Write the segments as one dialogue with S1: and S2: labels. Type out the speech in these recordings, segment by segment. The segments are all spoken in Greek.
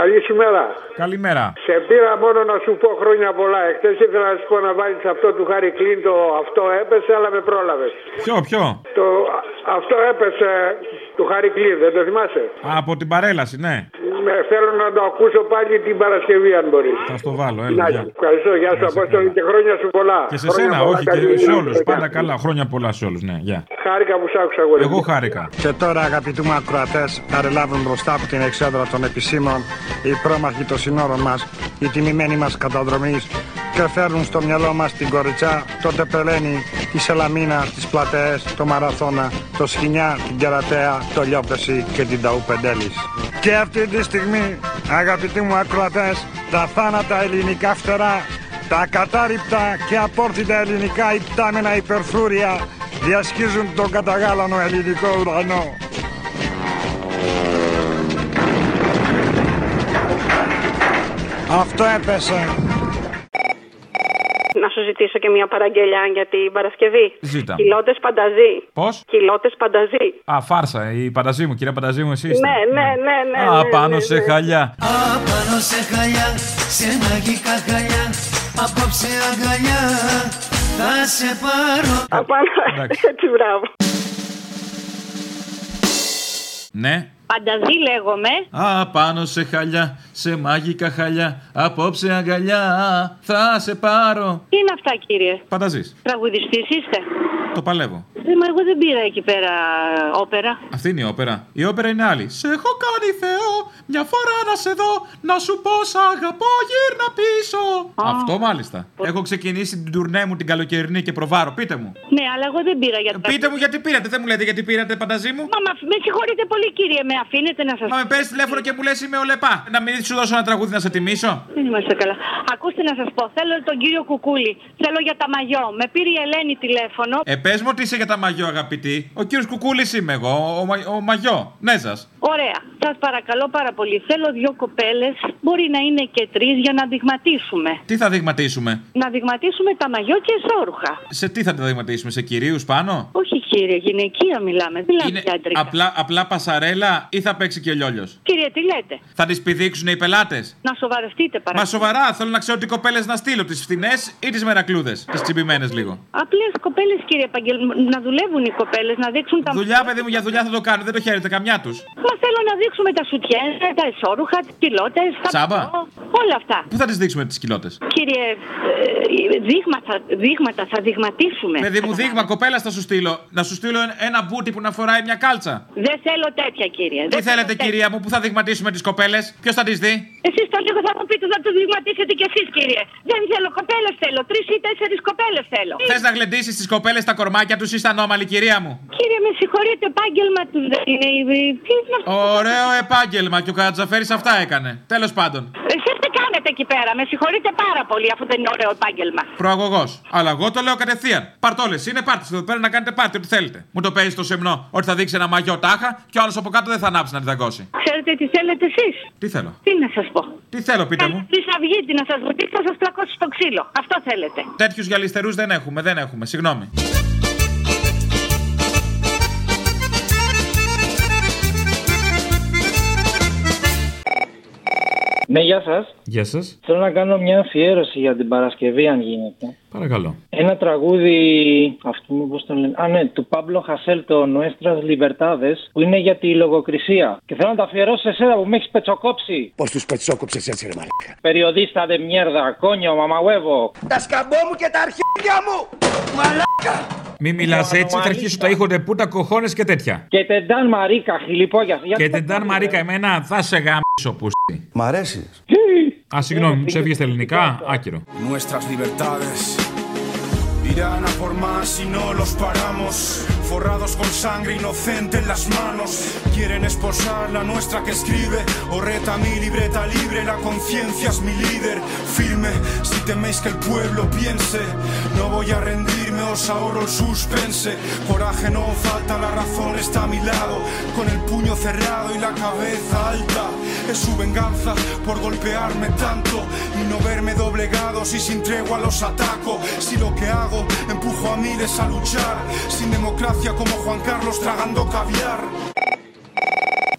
S1: Καλή σου μέρα.
S2: Καλημέρα.
S1: Σε πήρα μόνο να σου πω χρόνια πολλά. Εχθές ήθελα να σου πω να βάλεις αυτό του Χάρη Κλίν το αυτό έπεσε, αλλά με πρόλαβες.
S2: Ποιο, ποιο.
S1: Το α- αυτό έπεσε του Χάρη Κλίν, δεν το θυμάσαι.
S2: Α, από την παρέλαση, ναι.
S1: Με, θέλω να το ακούσω πάλι την Παρασκευή, αν μπορείς.
S2: Θα στο βάλω,
S1: Να,
S2: έλα. γεια.
S1: ευχαριστώ, γεια σου Απόστολη και χρόνια σου πολλά.
S2: Και σε
S1: Χρόνια
S2: σένα,
S1: πολλά,
S2: όχι,
S1: καλή
S2: και σε
S1: δουλειά.
S2: όλους. Πάντα καλά. Χρόνια πολλά σε όλους, ναι, γεια.
S1: Χάρηκα που σ' άκουσα, αγόρι.
S2: Εγώ χάρηκα.
S3: Και τώρα αγαπητοί μου ακροατές παρελάβουν μπροστά από την εξέδρα των επισήμων οι πρόμαχοι των συνόρων μας, οι τιμημένοι μας καταδρομής και φέρνουν στο μυαλό μας την Κοριτσά, τον Τεπελένη, τη Σελαμίνα, τις Πλατεές, το Μαραθώνα, το Σχοινιά, την Κερατέα, το Λιόπεση και την Ταού Πεντέλης. Και αυτή τη στιγμή αγαπητοί μου ακροατές τα θάνατα ελληνικά φτερά τα ακατάρρυπτα και απόρθητα ελληνικά υπτάμενα υπερφρούρια διασκίζουν τον καταγάλανο ελληνικό ουρανό. Αυτό έπεσε.
S4: Να σου ζητήσω και μια παραγγελιά για την Παρασκευή.
S2: Ζήτα.
S4: Κιλότες πανταζή.
S2: Πώς.
S4: Κιλότες πανταζή.
S2: Α, φάρσα, η πανταζή μου, κυρία πανταζή μου, εσύ. είστε.
S4: Ναι, ναι, ναι, ναι.
S2: Α,
S4: ναι,
S2: πάνω
S4: ναι,
S2: σε
S4: ναι.
S2: χαλιά.
S5: Απάνω σε χαλιά, σε μαγικά χαλιά Απόψε αγκαλιά, θα σε πάρω
S4: Απάνω.
S2: Ε, Εντάξει.
S4: Έτσι, μπράβο.
S2: Ναι.
S6: Πανταζή λέγομαι.
S2: Α, πάνω σε χαλιά, σε μάγικα χαλιά. Απόψε αγκαλιά, θα σε πάρω.
S6: Τι είναι αυτά, κύριε.
S2: Πανταζής.
S6: Τραγουδιστής είστε.
S2: Το παλεύω.
S6: Ε, μα εγώ δεν πήρα εκεί πέρα ε, όπερα.
S2: Αυτή είναι η όπερα. Η όπερα είναι άλλη. Σε έχω κάνει Θεό, μια φορά να σε δω, να σου πω σ' αγαπώ, γύρνα πίσω. Αυτό μάλιστα. Έχω ξεκινήσει την τουρνέ μου την καλοκαιρινή και προβάρω. Πείτε μου.
S6: Ναι, αλλά εγώ δεν πήρα για τραγουδιστή.
S2: Ε, Πείτε μου γιατί πήρατε, δεν μου λέτε γιατί πήρατε, πανταζή μου.
S6: Μα, μα- με συγχωρείτε πολύ, κύριε. Με αφήνετε να σας
S2: Μα με παίρνει τηλέφωνο και μου λες είμαι ο Λεπά. Να μην σου δώσω ένα τραγούδι να σε τιμήσω.
S6: Δεν είμαστε καλά. Ακούστε να σας πω. Θέλω τον κύριο Κουκούλη. Θέλω για τα μαγιό. Με πήρε η Ελένη τηλέφωνο.
S2: Ε, πες μου ότι είσαι για τα μαγιό, αγαπητή. Ο κύριος Κουκούλης είμαι εγώ, ο, μα- ο μαγιό. Ναι, Νέζα.
S6: Ωραία. Σας παρακαλώ πάρα πολύ. Θέλω δύο κοπέλες. Μπορεί να είναι και τρεις για να δειγματίσουμε.
S2: Τι θα δειγματίσουμε.
S6: Να δειγματίσουμε τα μαγιό και εσόρουχα.
S2: Σε τι θα τα δειγματίσουμε, σε κυρίους πάνω.
S6: Όχι, κύριε. Γυναικεία μιλάμε. Δεν μιλάμε
S2: Είναι
S6: για αντρικά.
S2: απλά, απλά πασαρέλα ή θα παίξει και ο λιόλιος.
S6: Κύριε, τι λέτε.
S2: Θα τις πηδήξουν οι πελάτες.
S6: Να σοβαρευτείτε
S2: Μα
S6: παρακαλώ.
S2: σοβαρά, θέλω να ξέρω τι κοπέλες να στείλω, τις φθηνέ ή τις μερακλούδες. Τις τσιμπημένες λίγο.
S6: Απλές κοπέλες, κύριε Επαγγελ... να δουλεύουν οι κοπέλες, να δείξουν τα.
S2: Δουλειά, παιδί μου, για δουλειά θα το κάνω, δεν το χαίρεται καμιά τους.
S6: Μα θέλω να δείξουμε τα σουτιέν, τα εσόρουχα, τις κοιλότες, τα.
S2: Τσάμπα.
S6: Όλα αυτά.
S2: Πού θα τις δείξουμε τις κοιλώτε.
S6: Κύριε, ε, δείγματα, δείγματα θα δειγματίσουμε.
S2: Παιδί μου, δείγμα κοπέλα θα σου στείλω. Να σου στείλω ένα μπούτι που να φοράει μια κάλτσα.
S6: Δεν θέλω τέτοια, κύριε.
S2: Τι θέλετε,
S6: ε.
S2: κυρία μου, που θα δειγματίσουμε τις κοπέλες. Ποιος θα τις δει.
S6: Εσείς το λίγο θα μου πείτε να το δειγματίσετε κι εσείς, κύριε. Δεν θέλω κοπέλες, θέλω. Τρεις ή τέσσερις κοπέλες θέλω.
S2: Θες να γλεντήσεις τις κοπέλες τα κορμάκια τους ή στα νόμαλη, κυρία μου.
S6: Κύριε, με συγχωρείτε, επάγγελμα τους δεν είναι. η- Τι να
S2: Ωραίο επάγγελμα και ο Κατζαφέρης αυτά έκανε. Τέλος πάντων.
S6: Εσείς τι κάνετε εκεί πέρα, με συγχωρείτε πάρα πολύ, αφού δεν είναι ωραίο επάγγελμα.
S2: Προαγωγός. Αλλά εγώ το λέω κατευθείαν. Παρτόλες είναι πάρτε εδώ πέρα να κάνετε πάρτι ό,τι θέλετε. Μου το παίζεις το σεμνό ότι θα δείξει ένα μαγιό τάχα και ο άλλος από κάτω δεν θα ανάψει να τη δαγκώσει.
S6: Ξέρετε τι θέλετε εσείς.
S2: Τι θέλω.
S6: Τι να σας πω.
S2: Τι θέλω, πείτε μου.
S6: Τη αυγήτη να σας βουτήξει, θα σας πλακώσει στο ξύλο. Αυτό θέλετε.
S2: Τέτοιους γυαλιστερούς δεν έχουμε, δεν έχουμε. Συγγνώμη.
S7: Ναι, γεια σας.
S2: Γεια σας.
S7: Θέλω να κάνω μια αφιέρωση για την Παρασκευή, αν γίνεται.
S2: Παρακαλώ.
S7: Ένα τραγούδι, αυτό μου πώς το λένε. Α, ναι, του Παύλο Χασέλ, το Νοέστρα Λιμπερτάδε, που είναι για τη λογοκρισία. Και θέλω να το αφιερώσω σε εσένα που με έχεις πετσοκόψει.
S8: Πώς τους πετσόκοψες έτσι, ρε μαλάκα.
S7: Περιοδίστα δε μιέρδα, κόνιο, μαμαουέβο.
S8: Τα σκαμπό μου και τα αρχίδια μου!
S2: Μη μιλάς έτσι, θα αρχίσω τα ήχονται που τα κοχώνες και τέτοια.
S7: Και τεντάν Μαρίκα, χιλιπόγια.
S2: Και τεντάν Μαρίκα, εμένα θα σε γάμψω που
S8: Μ' αρέσεις.
S2: Α, συγγνώμη, μου ξέφυγε στα ελληνικά. Άκυρο.
S9: Nuestras libertades irán a por más si no los paramos. Forrados con sangre inocente en las manos. Quieren esposar la nuestra que escribe. O reta mi libreta libre, la conciencia es mi líder. Firme, si teméis que el pueblo piense. No voy a rendirme, os ahorro el suspense. Coraje no falta, la razón está a mi lado. Con el puño cerrado y la cabeza alta. Es su venganza por golpearme tanto y no verme doblegado si sin tregua los ataco. Si lo que hago empujo a miles a luchar, sin democracia como Juan Carlos tragando caviar.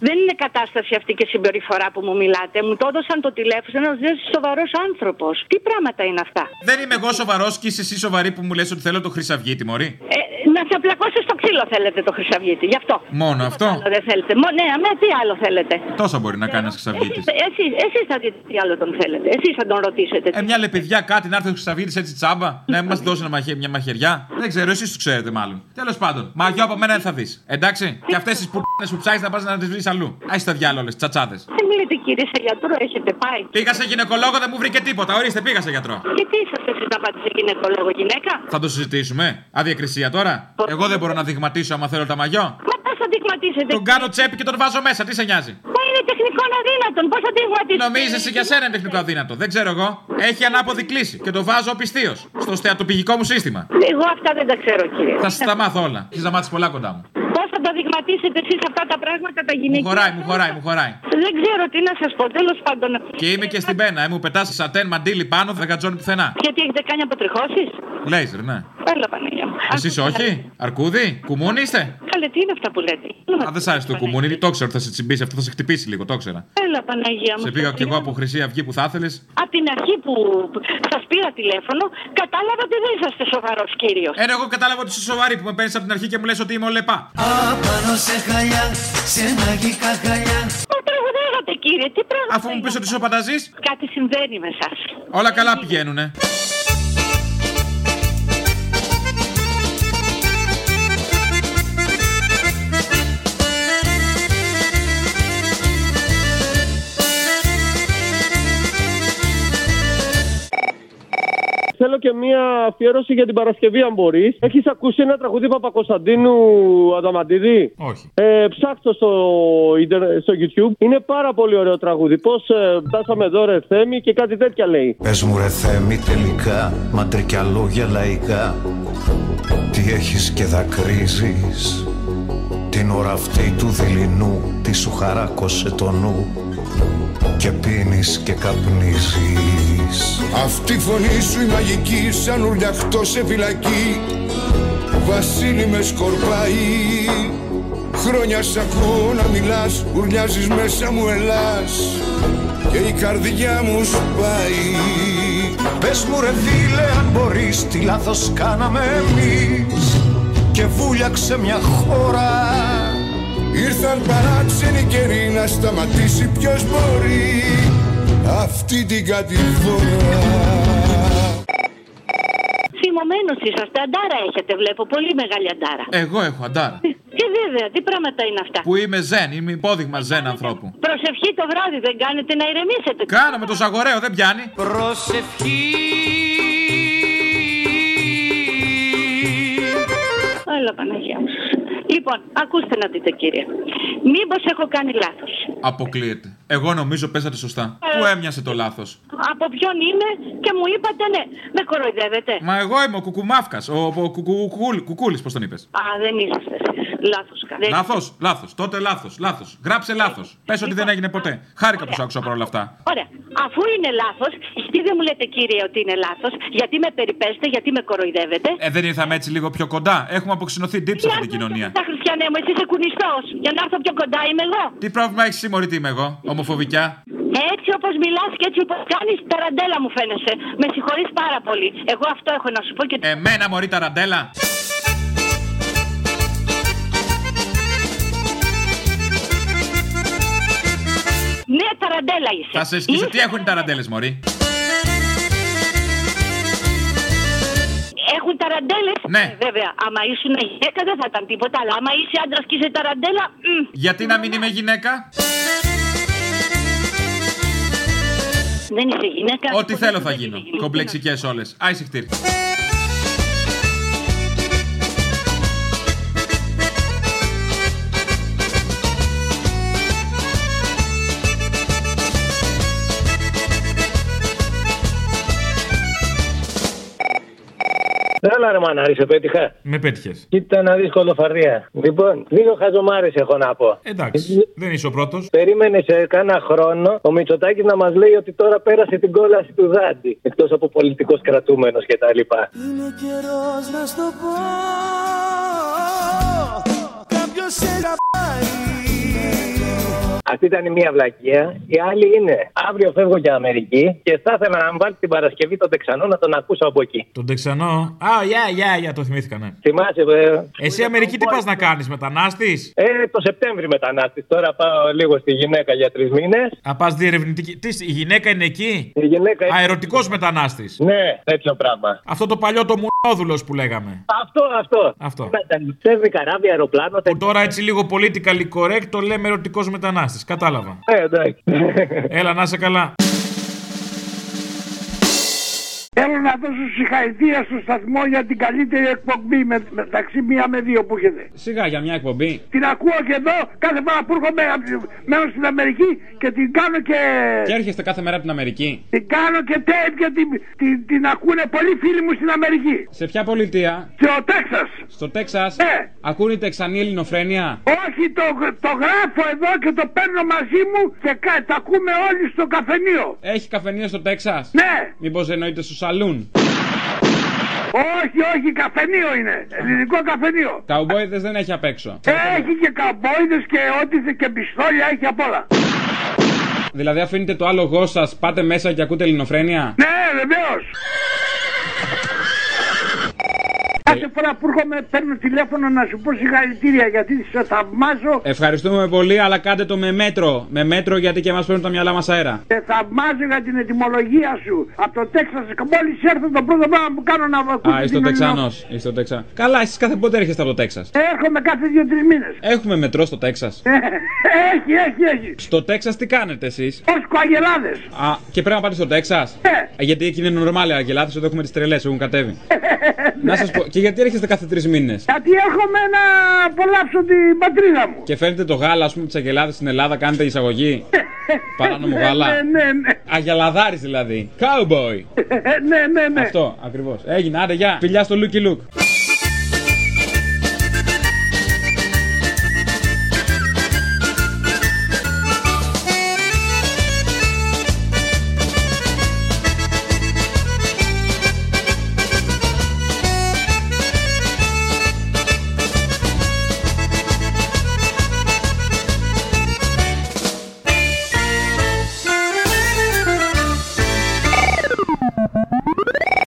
S6: Δεν είναι κατάσταση αυτή και συμπεριφορά που μου μιλάτε. Μου το έδωσαν το τηλέφωνο ένας δεν σοβαρός άνθρωπος. Τι πράγματα είναι αυτά.
S2: Δεν είμαι εγώ σοβαρός και είσαι εσύ σοβαρή που μου λες ότι θέλω το χρυσαυγίτη, Μωρή.
S6: Ε, να σε απλακώσω στο ξύλο θέλετε το Χρυσαυγίτη, γι' αυτό.
S2: Μόνο αυτό.
S6: Άλλο δεν θέλετε. Μό, ναι, αμέ, τι άλλο θέλετε.
S2: Τόσα μπορεί να κάνεις ένα χρυσαυγίτης.
S6: Εσείς, εσείς, εσείς θα δείτε τι άλλο τον θέλετε. Εσείς θα τον ρωτήσετε.
S2: Ε, μια λεπιδιά κάτι να έρθει ο Χρυσαυγίτης έτσι τσάμπα. Να μας δώσει ένα μαχαι- μια μαχαιριά. Δεν ξέρω, εσείς το ξέρετε μάλλον. Τέλος πάντων, μαγιό από μένα δεν θα δεις. Εντάξει. Και αυτές τις πουτάνε που ψάχνεις να πας να τις βρεις αλλού. Α τα διάλογε, τσατσάδε.
S6: Δεν μιλείτε κύριε σε γιατρό, έχετε πάει.
S2: Πήγα σε γυναικολόγο, δεν μου βρήκε τίποτα. Ορίστε, πήγα σε γιατρό.
S6: Και τι είσαστε εσείς να πάτε σε γυναικολόγο γυναίκα.
S2: Θα το συζητήσουμε. Αδιακρισία τώρα. Εγώ δεν μπορώ να δειγματίσω άμα θέλω τα μαγιό.
S6: Μα πώς θα δειγματίσετε.
S2: Τον κάνω τσέπη και τον βάζω μέσα, τι σε νοιάζει.
S6: Μα είναι τεχνικό αδύνατον, πώς θα δειγματίσετε.
S2: Νομίζεις εσύ για σένα είναι τεχνικό αδύνατο. Δεν ξέρω εγώ. Έχει ανάποδη κλίση και το βάζω πιστίω στο στεατοπηγικό μου σύστημα.
S6: Εγώ αυτά δεν τα ξέρω κύριε.
S2: Θα σας τα μάθω όλα. Έχεις να μάθεις πολλά κοντά μου.
S6: Πώς θα τα δειγματίσετε εσείς αυτά τα πράγματα τα
S2: Μου
S6: γυναικεία.
S2: χωράει, μου χωράει, μου χωράει.
S6: Δεν ξέρω τι να σας πω, τέλος πάντων.
S2: Και είμαι και στην πένα, ε, μου πετάς σατέν μαντίλι πάνω, δεν κατζώνει πουθενά.
S6: Γιατί έχετε κάνει αποτριχώσεις.
S2: Λέιζερ, ναι.
S6: Έλα Παναγία μου.
S2: Εσείς
S6: Ακούστε,
S2: όχι, αρκούδι, κουμούνι είστε.
S6: Καλέ, τι είναι αυτά που λέτε.
S2: Αν δεν σ' άρεσε το κουμούνι, το ξέρω, θα σε τσιμπήσει αυτό, θα σε χτυπήσει λίγο, το ξέρα.
S6: Έλα Παναγία μου.
S2: Σε πήγα κι εγώ από χρυσή αυγή που θα ήθελες.
S6: Από την αρχή που σας πήρα τηλέφωνο, κατάλαβα ότι δεν είσαστε σοβαρός κύριος.
S2: Ένα, εγώ κατάλαβα ότι είσαι σοβαρή που με παίρνεις από την αρχή και μου λες ότι είμαι ολεπά.
S5: Απάνω σε χαλιά, σε μαγικά χαλιά
S6: Μα τραγουδάγατε κύριε, τι πράγμα.
S2: Αφού μου πεις ότι είσαι ο πανταζής,
S6: Κάτι συμβαίνει με εσά.
S2: όλα καλά πηγαίνουνε.
S10: Θέλω και μία αφιέρωση για την Παρασκευή, αν μπορείς. Έχεις ακούσει ένα τραγούδι Παπακοσταντίνου Αδαμαντίδη.
S2: Όχι.
S10: Ε, ψάξτε στο, ίντερ- στο YouTube. Είναι πάρα πολύ ωραίο τραγούδι. Πώς ε, φτάσαμε εδώ, ρε Θέμη, και κάτι τέτοια λέει.
S8: Πες μου ρε Θέμη τελικά, μαντρικιά λόγια λαϊκά Τι έχεις και δακρύζεις Την ώρα αυτή του δειλινού, τι σου χαράκωσε το νου Και πίνεις και καπνίζεις
S9: Αυτή η φωνή σου η μαγική σαν ουρλιαχτό σε φυλακή Βασίλη με σκορπάει Χρόνια σ' ακούω να μιλάς Ουρλιάζεις μέσα μου ελάς Και η καρδιά μου σου πάει
S8: Πες μου ρε φίλε αν μπορείς, τι λάθος κάναμε εμείς Και βούλιαξε μια χώρα
S9: Ήρθαν παράξενοι καιροί να σταματήσει ποιος μπορεί Αυτή την κατηφόρα
S6: Θυμωμένος είσαστε, αντάρα έχετε, βλέπω. Πολύ μεγάλη αντάρα.
S2: Εγώ έχω αντάρα.
S6: Και βέβαια, τι πράγματα είναι αυτά.
S2: Ε. Που είμαι ζεν, είμαι υπόδειγμα ζεν ανθρώπου.
S6: Προσευχή το βράδυ δεν κάνετε να ηρεμήσετε.
S2: Κάνω με το σαγορέο, δεν πιάνει.
S5: Προσευχή
S6: Έλα Παναγία μου. Λοιπόν, ακούστε να δείτε κύριε. Μήπως έχω κάνει λάθος.
S2: Αποκλείεται. Εγώ νομίζω πέσατε σωστά. Πού έμοιασε το λάθος.
S6: Από ποιον είμαι και μου είπατε ναι. Με κοροϊδεύετε.
S2: Μα εγώ είμαι ο κουκουμάφκας. Ο, ο κουκούλης, πώς τον είπες.
S6: Α, δεν είσαστε εσείς. Λάθος κάνετε.
S2: Λάθος, λάθος. Τότε λάθος, λάθος. Γράψε λάθος. Πες ότι δεν έγινε ποτέ. Χάρηκα που σ' άκουσα παρόλα αυτά.
S6: Λοιπόν, Ωραία. Αφού είναι λάθος, γιατί δεν μου λέτε κύριε ότι είναι λάθος, γιατί με περιπέστε, γιατί με κοροϊδεύετε.
S2: Ε, δεν ήρθαμε έτσι λίγο πιο κοντά. Έχουμε αποξενωθεί ντύψη αυτή την κοινωνία.
S6: Τα χριστιανέ μου, εσύ είσαι κουνιστός. Για να έρθω πιο κοντά είμαι εγώ.
S2: Τι πρόβλημα έχεις σήμερα, τι είμαι εγώ, ομοφοβικιά.
S6: Έτσι όπως μιλάς και έτσι όπως κάνεις, ταραντέλα μου φαίνεσαι. Με συγχωρείς πάρα πολύ. Εγώ αυτό έχω να σου πω και.
S2: Εμένα, μωρή ταραντέλα.
S6: Ναι, ταραντέλα είσαι.
S2: Θα σε σκίσω.
S6: Είσαι-
S2: Τι έχουν οι ταραντέλες, Μωρή.
S6: Έχουν ταραντέλες.
S2: Ναι.
S6: βέβαια. Άμα ήσουν γυναίκα δεν θα ήταν τίποτα, αλλά άμα είσαι άντρας και είσαι ταραντέλα. μμ.
S2: Γιατί να μην είμαι γυναίκα.
S6: Δεν είσαι γυναίκα.
S2: Ό,τι θέλω θα
S6: Δεν είσαι
S2: γίνω.
S6: γυναίκα.
S2: Κομπλεξικές όλες. Άισε χτύρ.
S10: Έλα, ρε μανάρι, σε πέτυχα.
S2: Με πέτυχες.
S10: Κοίτα ένα δύσκολο φαρδία. Λοιπόν, δύο χαζομάρες έχω να πω.
S7: Ε,
S2: Εντάξει. Δεν είσαι ο πρώτος.
S10: Περίμενε σε κάνα χρόνο ο Μητσοτάκης να μας λέει ότι τώρα πέρασε την κόλαση του Δάντη. Εκτός από πολιτικός κρατούμενος κτλ.
S5: Είναι καιρός να στο πω Κάποιος σε αγαπάει
S7: Αυτή ήταν μια βλακεία. Η άλλη είναι αύριο φεύγω για Αμερική και θα ήθελα να μου βάλει την Παρασκευή τον Τεξανό να τον ακούσω από εκεί.
S2: Τον Τεξανό. Α, γεια, γεια, γεια, το θυμήθηκα, ναι.
S7: Θυμάσαι, βέβαια.
S2: Εσύ Αμερική τι πας να κάνεις, μετανάστης.
S7: Ε, το Σεπτέμβρη μετανάστης. Τώρα πάω λίγο στη γυναίκα για τρεις μήνες.
S2: Να πας διερευνητική. Τι, η γυναίκα είναι εκεί.
S7: Η
S9: Ε.
S7: γυναίκα είναι.
S2: Αερωτικός μετανάστης.
S7: Ναι, τέτοιο πράγμα.
S2: Αυτό το παλιό το μουνόδουλο που λέγαμε.
S7: Αυτό, αυτό.
S2: Αυτό.
S7: Μετανιστεύει καράβι, αεροπλάνο.
S9: Ε.
S2: Που τώρα έτσι λίγο political correct το λέμε ερωτικός μετανάστης. Κατάλαβα.
S7: Ε, εντάξει.
S2: Έλα, να είσαι καλά.
S9: Θέλω να δώσω συγχαρητήρια στο σταθμό για την καλύτερη εκπομπή με, μεταξύ μία με δύο που έχετε.
S2: Σιγά για μια εκπομπή.
S9: Την ακούω και εδώ κάθε φορά που έρχομαι απ' τη- μένω στην Αμερική και την κάνω και.
S2: Και έρχεστε κάθε μέρα από την Αμερική.
S9: Την κάνω και tape και την, την, την ακούνε πολλοί φίλοι μου στην Αμερική.
S2: Σε ποια πολιτεία.
S9: Στο Τέξας.
S2: Στο Τέξας.
S9: Ναι.
S2: Ακούνε Τεξανή Ελληνοφρένεια.
S9: Όχι, το, το γράφω εδώ και το παίρνω μαζί μου και κα, τα ακούμε όλοι στο καφενείο.
S2: Έχει καφενείο στο Τέξας.
S9: Ναι.
S2: Μήπως εννοείται στο σαλούν.
S9: Όχι, όχι, καφενείο είναι. Ελληνικό καφενείο.
S2: Καουμπόιδες δεν έχει απ' έξω.
S9: Έχει και καμπόιδες και ό,τι θε- και πιστόλια, έχει απ' όλα.
S2: Δηλαδή αφήνετε το άλογο σα, πάτε μέσα και ακούτε ελληνοφρένεια.
S9: Ναι, βεβαίως. Κάθε φορά που έρχομαι παίρνω τηλέφωνο να σου πω συγχαρητήρια γιατί σε θαυμάζω.
S2: Ευχαριστούμε πολύ, αλλά κάντε το με μέτρο. Με μέτρο γιατί και μας παίρνουν τα μυαλά μας αέρα.
S9: Σε θαυμάζω για την ετοιμολογία σου. Από το Τέξας μόλις έρθω το πρώτο πράγμα που κάνω να ακούσω
S2: Α, είσαι ο
S9: την
S2: Τεξανό. Είσαι ο Τεξα. Καλά, εσεί κάθε πότε έρχεστε από το Τέξας.
S9: Έρχομαι κάθε δύο-τρει μήνες.
S2: Έχουμε μετρό στο Τέξας.
S9: Ε, Έχει, έχει, έχει.
S2: Στο Τέξας τι κάνετε εσείς.
S9: Ως κοαγελάδες.
S2: Α, και πρέπει να πάτε στο Τέξας.
S9: Ε.
S2: Γιατί εκεί είναι normal οι αγελάδε, εδώ έχουμε τις τρελές, έχουν κατέβει. να σας πω, και γιατί έρχεστε κάθε τρεις μήνες.
S9: Γιατί έρχομαι να απολαύσω την πατρίδα μου.
S2: Και φέρνετε το γάλα, ας πούμε, τη αγελάδες στην Ελλάδα, κάνετε εισαγωγή. Παράνομο
S9: Ναι,
S2: γάλα.
S9: ναι, ναι.
S2: Αγελαδάρης δηλαδή. Cowboy.
S9: ναι, ναι, ναι.
S2: Αυτό ακριβώς. Έγινε, άντε, γεια. Φιλιά στο Λούκι Λουκ.